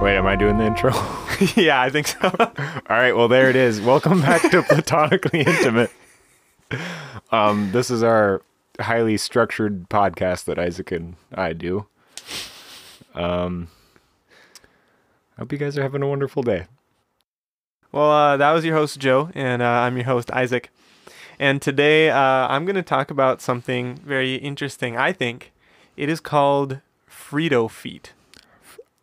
Wait, am I doing the intro? All yeah, I think so. right, well there it is. Welcome back to Platonically Intimate. Um, this is our highly structured podcast that Isaac and I do. Um, I hope you guys are having a wonderful day. well, uh, that was your host, Joe, and uh, I'm your host, Isaac. And today uh, I'm going to talk about something very interesting, I think. It is called Frito Feet.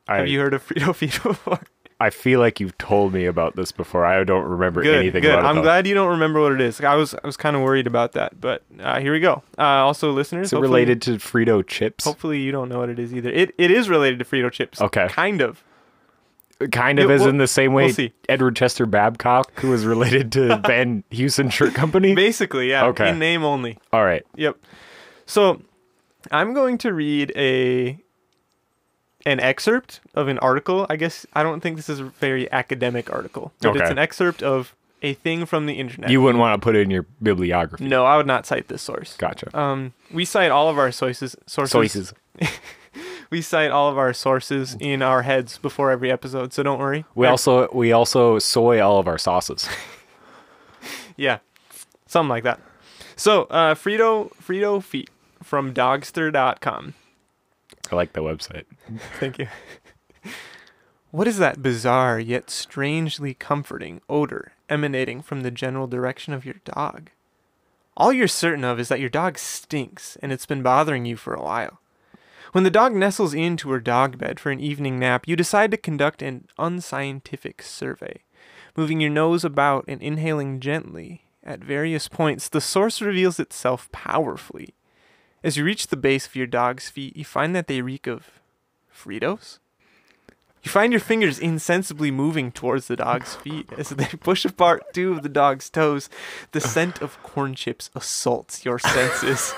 I, Have you heard of Frito Feet before? I feel like you've told me about this before. I don't remember Good, anything good. about it. I'm though. glad you don't remember what it is. I was, I was kind of worried about that, but uh, here we go. Uh, also, listeners, Is it hopefully- related to Frito chips? Hopefully, you don't know what it is either. It, it is related to Frito chips. Okay. kind of. kind of Yeah, as we'll- in the same way we'll see. Edward Chester Babcock, who was related to Van Houston Shirt Company. Basically, yeah. Okay. In name only. All right. Yep. So I'm going to read a an excerpt of an article. I guess I don't think this is a very academic article, but it's Okay. an excerpt of a thing from the internet. You wouldn't want to put it in your bibliography. no, I would not cite this source. Gotcha. Um, we cite all of our sources. Sources. Sources. We cite all of our sources in our heads before every episode, so don't worry. We also we also soy all of our sauces. Yeah, something like that. So, uh, Frito Frito feet from Dogster.com. I like that website. Thank you. What is that bizarre yet strangely comforting odor emanating from the general direction of your dog? All you're certain of is that your dog stinks and it's been bothering you for a while. When the dog nestles into her dog bed for an evening nap, you decide to conduct an unscientific survey. Moving your nose about and inhaling gently at various points, the source reveals itself powerfully. As you reach the base of your dog's feet, you find that they reek of Fritos? You find your fingers insensibly moving towards the dog's feet as they push apart two of the dog's toes. The scent of corn chips assaults your senses.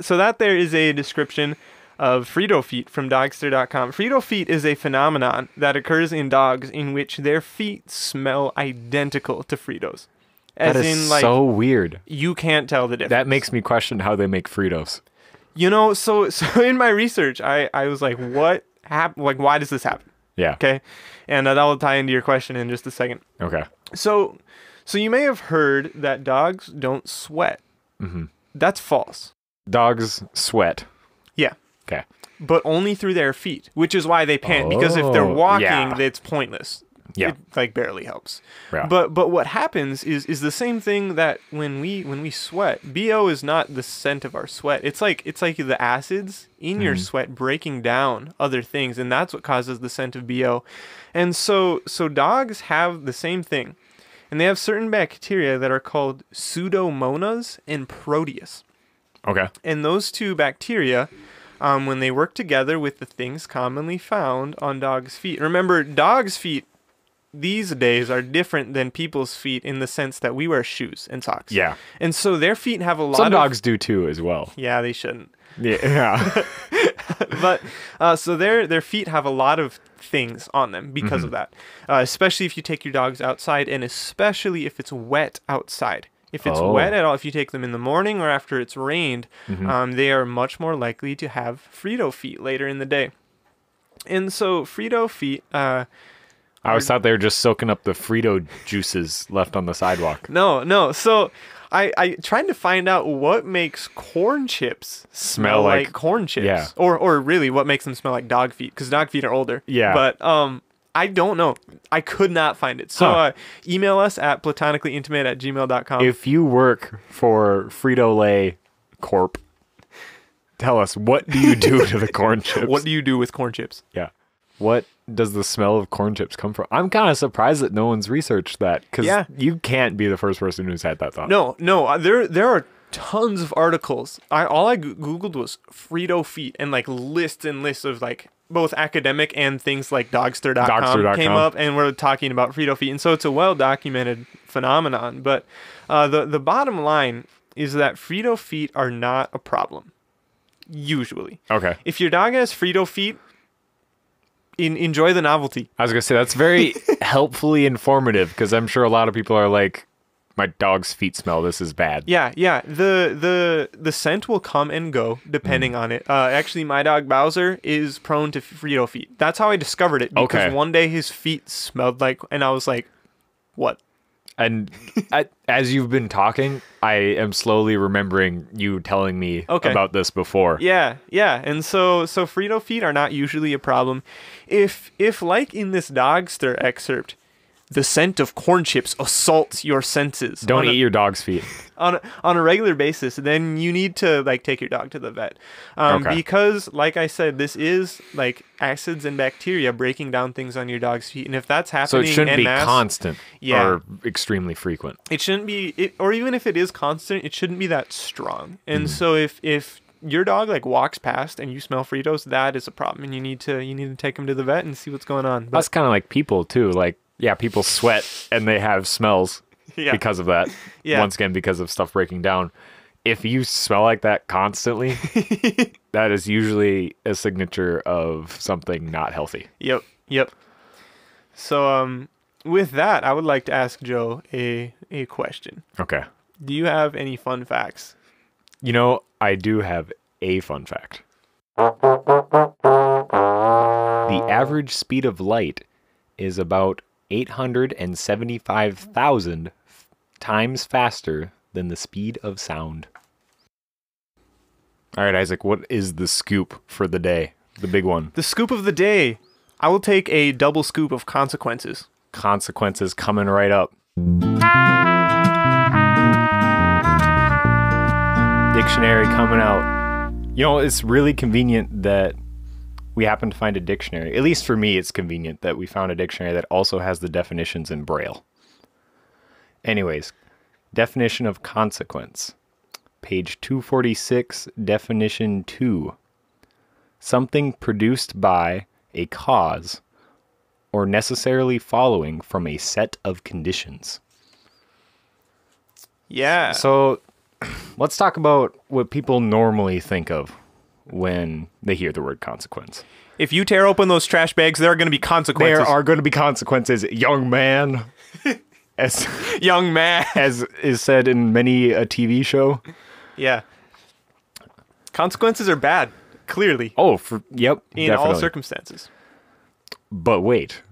so that there is a description of Frito feet from dogster.com. Frito feet is a phenomenon that occurs in dogs in which their feet smell identical to Fritos. As that is in like so weird. you can't tell the difference. That makes me question how they make Fritos. You know, so so in my research, I I was like, what happened? Like, why does this happen? Yeah. Okay, and uh, that will tie into your question in just a second. Okay. So, so you may have heard that dogs don't sweat. Mm-hmm. That's false. Dogs sweat. Yeah, Okay. but only through their feet, which is why they pant. because if they're Oh, walking, yeah. it's pointless. Yeah. it, like barely helps. Yeah. But but what happens is is the same thing that when we when we sweat, BO is not the scent of our sweat. It's like it's like the acids in your sweat breaking down other things, and that's what causes the scent of BO. And so so dogs have the same thing, and they have certain bacteria that are called pseudomonas and proteus. Okay. And those two bacteria, um, when they work together with the things commonly found on dogs' feet, remember, dogs' feet these days are different than people's feet in the sense that we wear shoes and socks. Yeah. And so their feet have a lot Some of. dogs do too as well. Yeah, they shouldn't. Yeah. But uh, so their their feet have a lot of things on them because of that, uh, especially if you take your dogs outside, and especially if it's wet outside. If it's Oh. wet at all, if you take them in the morning or after it's rained, um, they are much more likely to have Frito feet later in the day. And so Frito feet, uh, I always thought they were just soaking up the Frito juices left on the sidewalk. no, no. So I I tried to find out what makes corn chips smell, Smell like, like- corn chips, yeah. or or really what makes them smell like dog feet because dog feet are older. Yeah. But um, I don't know. I could not find it. So Huh. uh, email us at platonicallyintimate at gmail.com. If you work for Frito Lay Corp, tell us what do you do to the corn chips? what do you do with corn chips? Yeah. What does the smell of corn chips come from? I'm kind of surprised that no one's researched that because Yeah. you can't be the first person who's had that thought. No, no. uh, There there are tons of articles. I all I goo- googled was Frito feet and like lists and lists of like both academic and things like dogster.com, Dogster.com. came up and we're talking about Frito feet. And so it's a well documented phenomenon, but uh, the the bottom line is that Frito feet are not a problem usually. Okay. If your dog has Frito feet, in, enjoy the novelty. I was going to say that's very helpfully informative because I'm sure a lot of people are like, my dog's feet smell. This is bad. Yeah, yeah. The the the scent will come and go depending Mm. on it. Uh, actually, my dog Bowser is prone to Frito feet. That's how I discovered it because Okay. one day his feet smelled like, and I was like, "What? And I, as you've been talking, I am slowly remembering you telling me Okay. about this before. Yeah, yeah. And so so Frito feet are not usually a problem. If if like in this Dogster excerpt, the scent of corn chips assaults your senses. Don't on a- eat your dog's feet. on a, on a regular basis, then you need to like take your dog to the vet, um, Okay. because like I said, this is like acids and bacteria breaking down things on your dog's feet, and if that's So happening, it shouldn't en be masse, constant Yeah. or extremely frequent. it shouldn't be, it, or even if it is constant, it shouldn't be that strong. And Mm. so if if your dog like walks past and you smell Fritos, that is a problem, and you need to you need to take him to the vet and see what's going on. But That's kind of like people too. Like yeah, people sweat and they have smells Yeah. because of that. Yeah. Once again, because of stuff breaking down. If you smell like that constantly, that is usually a signature of something not healthy. Yep. Yep. So um, with that, I would like to ask Joe a a question. Okay. Do you have any fun facts? You know, I do have a fun fact. The average speed of light is about 875,000 f- times faster than the speed of sound. All right, Isaac, what is the scoop for the day? The big one. The scoop of the day. I will take a double scoop of consequences. Consequences coming right up. Dictionary coming out. You know, it's really convenient that we happen to find a dictionary. At least for me, it's convenient that we found a dictionary that also has the definitions in Braille. Anyways, definition of consequence. Page 246, definition 2. Something produced by a cause or necessarily following from a set of conditions. Yeah. So let's talk about what people normally think of when they hear the word consequence. if you tear open those trash bags, there are going to be consequences. There are going to be consequences, young man. as young man. as is said in many a TV show. yeah. Consequences are bad, clearly, Oh, for yep, in definitely. all circumstances. but wait.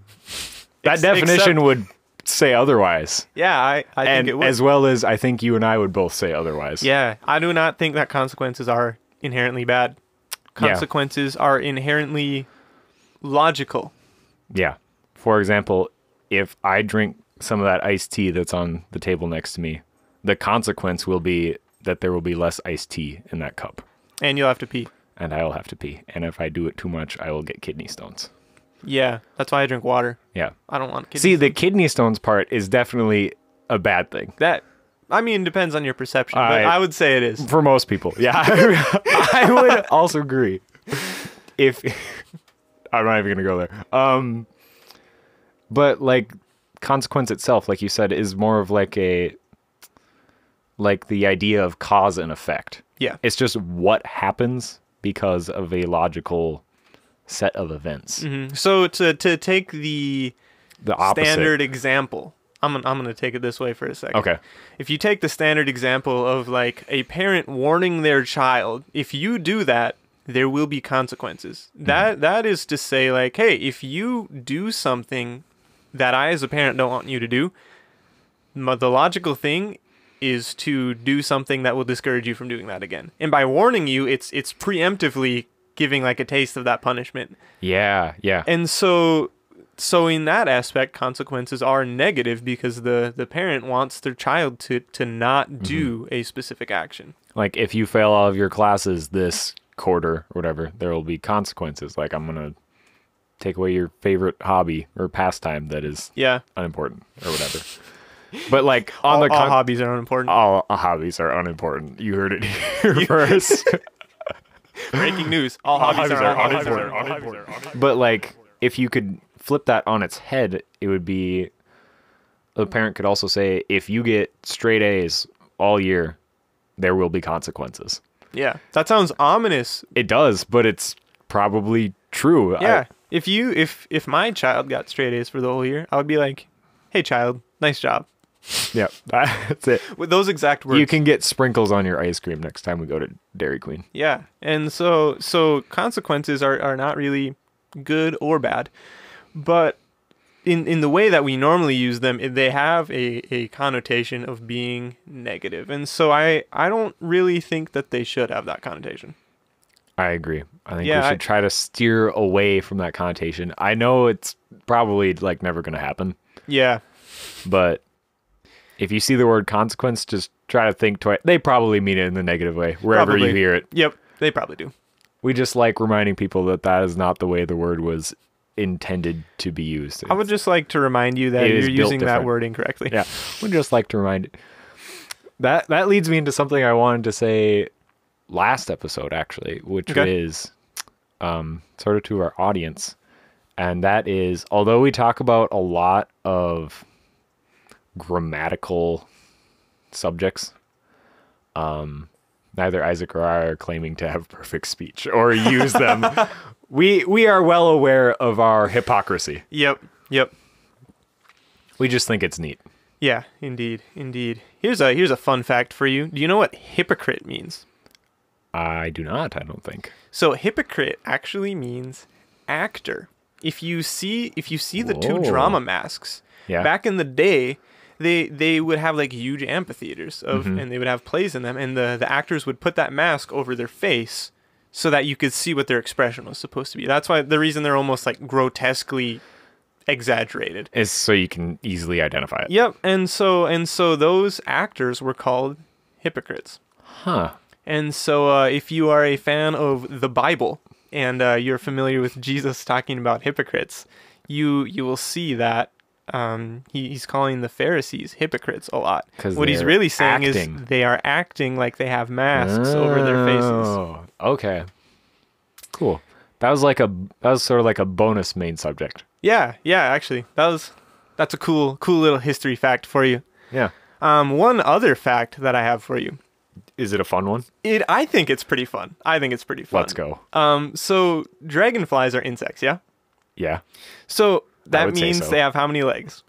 That Ex- definition except- would say otherwise. Yeah, I, I think And it was. as well as I think you and I would both say otherwise. yeah, I do not think that consequences are inherently bad. Consequences are inherently logical. Yeah. For example, if I drink some of that iced tea that's on the table next to me, the consequence will be that there will be less iced tea in that cup And you'll have to pee. and I will have to pee. And if I do it too much, I will get kidney stones. Yeah, that's why I drink water. Yeah. I don't want kids. See, the kidney stones part is definitely a bad thing. that. I mean, depends on your perception, but I- I would say it is. For most people. Yeah. I would also agree. If I'm not even gonna go there. Um but like consequence itself, like you said, is more of like a like the idea of cause and effect. Yeah. It's just what happens because of a logical set of events. Mm-hmm. So to to take the The Mm-hmm. opposite. standard example, I'm gonna, I'm gonna take it this way for a second. Okay. If you take the standard example of like a parent warning their child, if you do that, there will be consequences. Mm-hmm. That that is to say, like, hey, if you do something that I as a parent don't want you to do, mo- the logical thing is to do something that will discourage you from doing that again. And by warning you, it's it's preemptively giving like a taste of that punishment. Yeah, yeah. And so so in that aspect consequences are negative because the the parent wants their child to to not do a specific action. like if you fail all of your classes this quarter or whatever there will be consequences like i'm gonna take away your favorite hobby or pastime that is Yeah. unimportant or whatever but like on All, the all con- hobbies are unimportant. all hobbies are unimportant you heard it here first Breaking news. All, hobbies, are, unimportant. but like if you could flip that on its head it would be the parent could also say if you get straight a's all year there will be consequences Yeah. That sounds ominous. It does, but it's probably true. I- Yeah. if you if if my child got straight A's for the whole year, I would be like, "Hey child, nice job." Yep. That's it. With those exact words. You can get sprinkles on your ice cream next time we go to Dairy Queen. Yeah. And so so consequences are, are not really good or bad. But in in the way that we normally use them, it- they have a, a connotation of being negative. And so I, I don't really think that they should have that connotation. I agree. I think Yeah, we should I- try to steer away from that connotation. I know it's probably like never going to happen, Yeah. but if you see the word consequence, just try to think twice. They probably mean it in the negative way wherever you Probably. hear it. Yep. They probably do. We just like reminding people that that is not the way the word was intended to be used. I would just like to remind you that It you're is built using that different. word incorrectly. yeah, would just like to remind. That that leads me into something I wanted to say last episode actually, which Okay. is um, sort of to our audience, and that is although we talk about a lot of grammatical subjects. Um, neither Isaac or I are claiming to have perfect speech or use them. we we are well aware of our hypocrisy. Yep. Yep. We just think it's neat. Yeah, indeed. Indeed. Here's a here's a fun fact for you. Do you know what hypocrite means? I do not. I don't think. So hypocrite actually means actor. If you see if you see the two Whoa. drama masks, Yeah. back in the day, they they would have like huge amphitheaters of Mm-hmm. and they would have plays in them and the, the actors would put that mask over their face so that you could see what their expression was supposed to be. That's why the reason they're almost like grotesquely exaggerated. is so you can easily identify it. Yep, and so and so those actors were called hypocrites. Huh. And so, uh, if you are a fan of the Bible and uh, you're familiar with Jesus talking about hypocrites, you you will see that um, he, he's calling the Pharisees hypocrites a lot. 'Cause What he's they're really saying acting. is they are acting like they have masks over their faces. Oh, Okay. Cool. That was like a that was sort of like a bonus main subject. Yeah, yeah. Actually, that was that's a cool cool little history fact for you. Yeah. Um, one other fact that I have for you. Is it a fun one? It I think it's pretty fun. I think it's pretty fun. Let's go. Um, so dragonflies are insects, yeah. Yeah. So that would say means so. they have how many legs?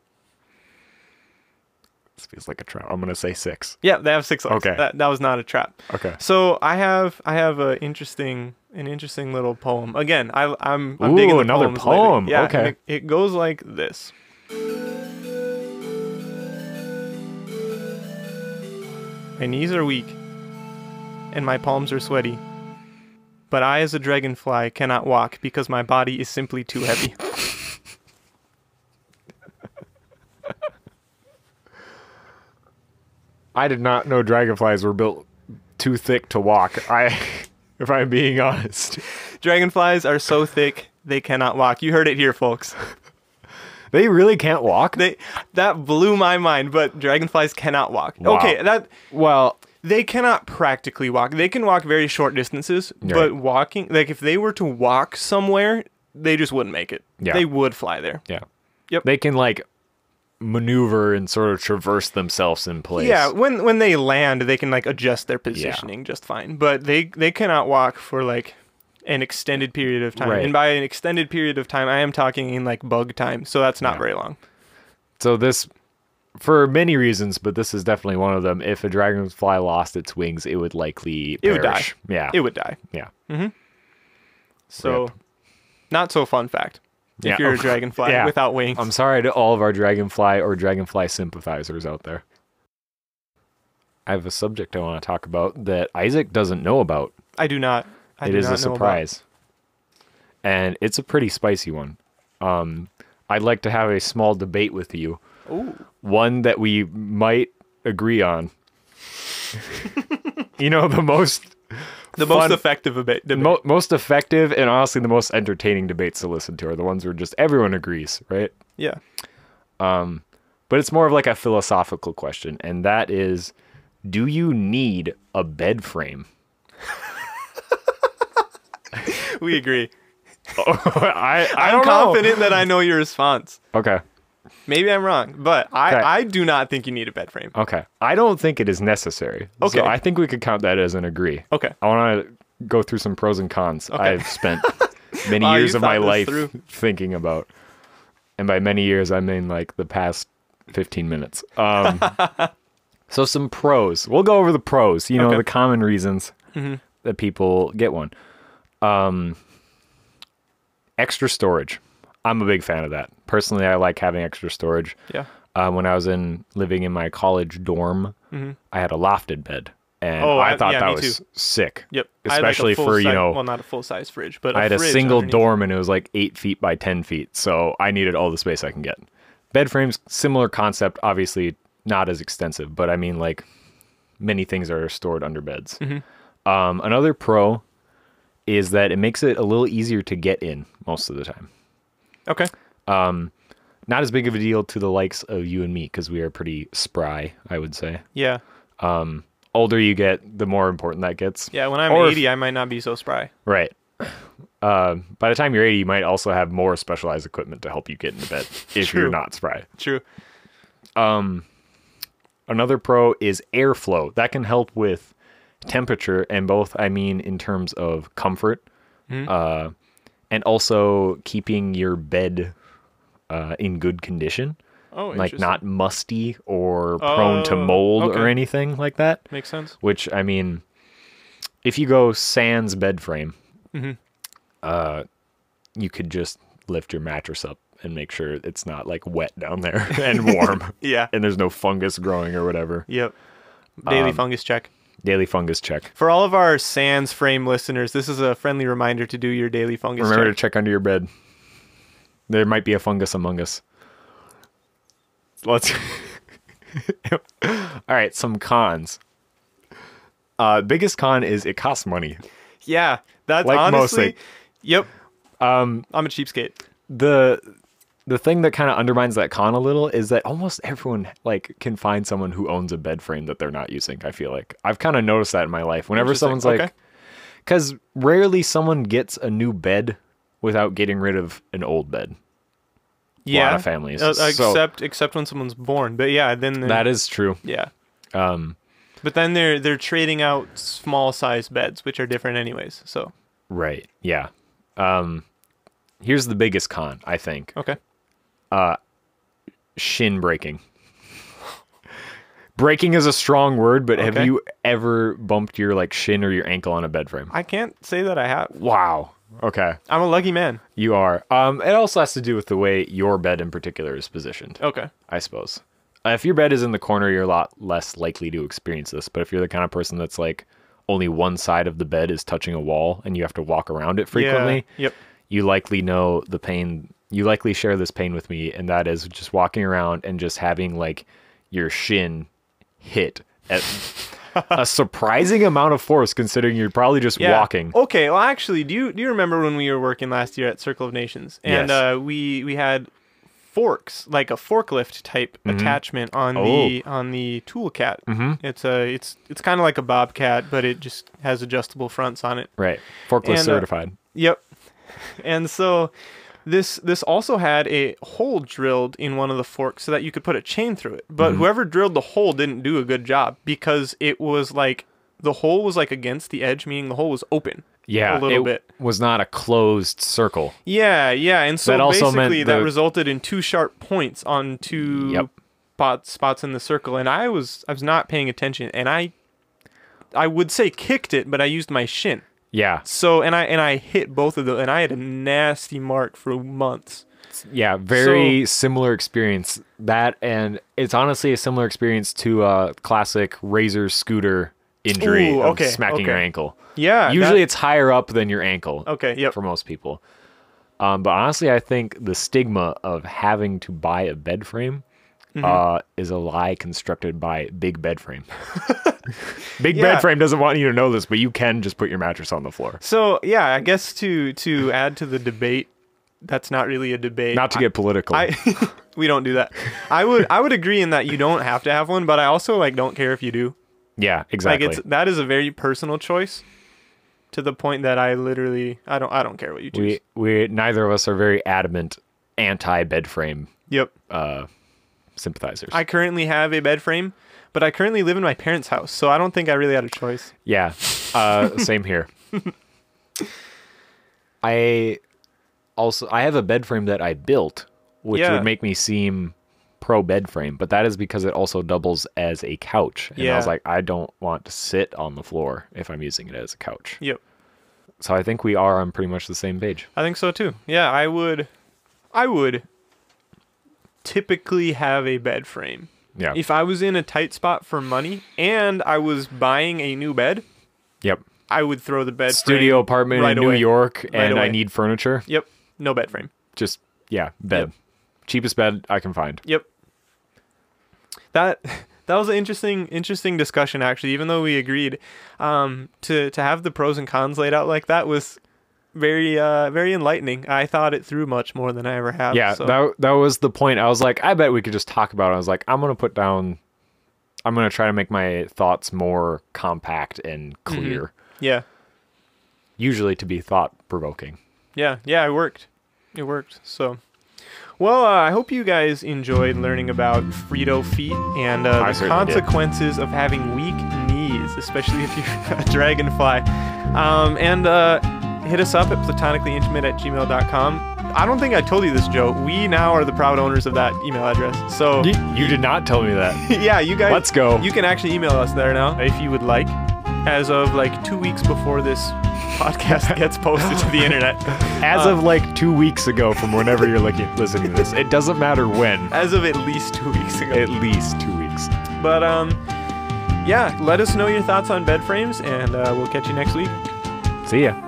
This feels like a trap. I'm gonna say six. Yeah, they have six legs. Okay. That, that was not a trap. Okay. So I have I have a interesting an interesting little poem. Again, I, I'm I'm Ooh, digging the another poems poem. Lately. Yeah, Okay. and It, it goes like this. My knees are weak, and my palms are sweaty. But I, as a dragonfly, cannot walk because my body is simply too heavy. I did not know dragonflies were built too thick to walk. I, if I'm being honest, Dragonflies are so thick they cannot walk. You heard it here, folks. they really can't walk. They that blew my mind, but dragonflies cannot walk. Wow. Okay, that well, they cannot practically walk. They can walk very short distances, but walking like if they were to walk somewhere, they just wouldn't make it. Yeah. They would fly there. yeah. Yep. They can like maneuver and sort of traverse themselves in place. Yeah, when when they land, they can like adjust their positioning just fine, but they they cannot walk for like an extended period of time. Right. And by an extended period of time, I am talking in like bug time, so that's not Yeah. very long. So this, for many reasons, but this is definitely one of them. If a dragonfly lost its wings, it would likely It would die. perish. Yeah, It would die. yeah. So Rip. not so fun fact. If Yeah. you're a dragonfly Yeah. Um, without wings. I'm sorry to all of our dragonfly or dragonfly sympathizers out there. I have a subject I want to talk about that Isaac doesn't know about. I do not. I it do is not know a about- surprise, and it's a pretty spicy one. Um, I'd like to have a small debate with you. Ooh. one that we might agree on. you know, the most The Fun- most effective debate. debate. mo- most effective and honestly the most entertaining debates to listen to are the ones where just everyone agrees, right? yeah. But it's more of like a philosophical question, and that is do you need a bed frame? We agree. I, I I'm don't know. confident that I know your response. Okay. Maybe I'm wrong, but I, Okay. I do not think you need a bed frame. Okay. I don't think it is necessary. So Okay. I think we could count that as an agree. Okay. I want to go through some pros and cons I've spent many Wow, Oh, you years of my thought this life through. thinking about. And by many years, I mean like the past 15 minutes. Um, so, some pros. We'll go over the pros, you know, Okay. Mm-hmm. the common reasons that people get one. Um, extra storage. I'm a big fan of that. Personally, I like having extra storage. Yeah. Um, when I was in living in my college dorm, I had a lofted bed, and Mm-hmm. Oh, I I- thought yeah, that me was too. sick. Yep. I had, like, a Especially full for you size- know, well, not a full size fridge, but I had a fridge single underneath. dorm and it was like eight feet by 10 feet. So I needed all the space I can get. Bed frames, similar concept, obviously not as extensive, but I mean, like many things are stored under beds. Mm-hmm. Um, another pro is that it makes it a little easier to get in most of the time. Okay. Not as big of a deal to the likes of you and me because we are pretty spry, I would say. Yeah. Older you get, the more important that gets. Yeah. When I'm Or if- 80, I might not be so spry. Right. Uh, by the time you're 80, you might also have more specialized equipment to help you get into bed if True. you're not spry. True. Another pro is airflow. That can help with temperature, and both I mean in terms of comfort, Hmm. uh, and also keeping your bed uh, in good condition, Oh, like interesting. not musty or prone to Oh, mold or okay. anything like that. makes sense. Which I mean, if you go sans bed frame, uh, you could just lift your mattress up and make sure it's not like wet down there and warm. Yeah. And there's no fungus growing or whatever. Yep. Um, Daily fungus check. Daily fungus check. For all of our Sans Frame listeners, this is a friendly reminder to do your daily fungus Remember check. to check under your bed. There might be a fungus among us. Let's. All right, some cons. Uh, biggest con is it costs money. Yeah, that's Like honestly. mostly. Yep. Um, I'm a cheapskate. the the thing that kind of undermines that con a little is that almost everyone like can find someone who owns a bed frame that they're not using. I feel like I've kind of noticed that in my life. Whenever Interesting, someone's okay. like, because rarely someone gets a new bed without getting rid of an old bed. Yeah. of families, Uh, so- except except when someone's born, but yeah, then they're- That is true. yeah. Um, but then they're they're trading out small size beds, which are different anyways. So Right. Yeah. Um, here's the biggest con, I think. okay. shin breaking. Breaking is a strong word, but have Okay. you ever bumped your like shin or your ankle on a bed frame? I can't say that I have. Wow. Okay. I'm a lucky man. You are. Um, it also has to do with the way your bed in particular is positioned, Okay. I suppose. Uh, if your bed is in the corner, you're a lot less likely to experience this. But if you're the kind of person that's like only one side of the bed is touching a wall and you have to walk around it frequently, Yeah. Yep. you likely know the pain. You likely share this pain with me, and that is just walking around and just having like your shin hit at a surprising amount of force, considering you're probably just Yeah. Oh. walking. Okay, well, actually, do you do you remember when we were working last year at Circle of Nations and Yes. uh, we we had forks like a forklift type Mm-hmm. attachment on the Oh. on the Toolcat. Mm-hmm. It's a it's it's kind of like a Bobcat, but it just has adjustable fronts on it. Right, forklift And, uh, certified. Yep. And so this this also had a hole drilled in one of the forks so that you could put a chain through it. But Mm-hmm. whoever drilled the hole didn't do a good job because it was like the hole was like against the edge, meaning the hole was open. yeah, a little it bit. was not a closed circle. Yeah, yeah, and so That also meant basically that the- resulted in two sharp points on two Yep. spot, spots in the circle, and I was I was not paying attention, and I I would say kicked it, but I used my shin. Yeah, So and I and I hit both of those, and I had a nasty mark for months. yeah, very similar experience. That and it's honestly a similar experience to a classic razor scooter injury Ooh, of okay, smacking your okay. ankle. Yeah, Usually that- it's higher up than your ankle. okay, yep, for most people. Um, but honestly, I think the stigma of having to buy a bed frame Mm-hmm. uh, is a lie constructed by Big Bed Frame. Big Yeah. Bed Frame doesn't want you to know this, but you can just put your mattress on the floor. So yeah, I guess to to add to the debate, that's not really a debate. Not to get political. I we don't do that. I would I would agree in that you don't have to have one, but I also like don't care if you do. yeah, like exactly. it's that is a very personal choice to the point that i literally i don't i don't care what you choose we we neither of us are very adamant anti bed frame yep sympathizers. i currently have a bed frame but i currently live in my parents house so i don't think i really had a choice Yeah. Uh, same here. I also I have a bed frame that I built, which Yeah. would make me seem pro bed frame, but that is because it also doubles as a couch. And I was Yeah. like, I don't want to sit on the floor if I'm using it as a couch. Yep. So I think we are on pretty much the same page. I think so too. Yeah, I would I would typically have a bed frame. Yeah. If I was in a tight spot for money and I was buying a new bed, yep. I would throw the bed Studio frame apartment right in New away. York and I away. need furniture. Yep. No bed frame. Just yeah, bed. Yep. Cheapest bed I can find. Yep. That that was an interesting interesting discussion actually. Even though we agreed, um, to to have the pros and cons laid out like that was very uh very enlightening. I thought it through much more than I ever have. Yeah, so. that that was the point. I was like, I bet we could just talk about it. I was like, I'm gonna put down I'm gonna try to make my thoughts more compact and clear. yeah Usually to be thought provoking. yeah yeah it worked, it worked. So. Well, uh, I hope you guys enjoyed learning about Frito feet and I uh, the certainly did. consequences of having weak knees, especially if you're a dragonfly. Um, and uh, hit us up at platonicallyintimate at gmail.com. I don't think I told you this, Joe. We now are the proud owners of that email address. So, You, you did not tell me that. yeah, you guys. Let's go. You can actually email us there now if you would like, as of like two weeks before this podcast gets posted to the internet. As of like two weeks ago from whenever you're looking, listening to this, it doesn't matter when, as of at least two weeks ago. at least two weeks. But um, yeah, let us know your thoughts on bed frames, and uh, we'll catch you next week. See ya.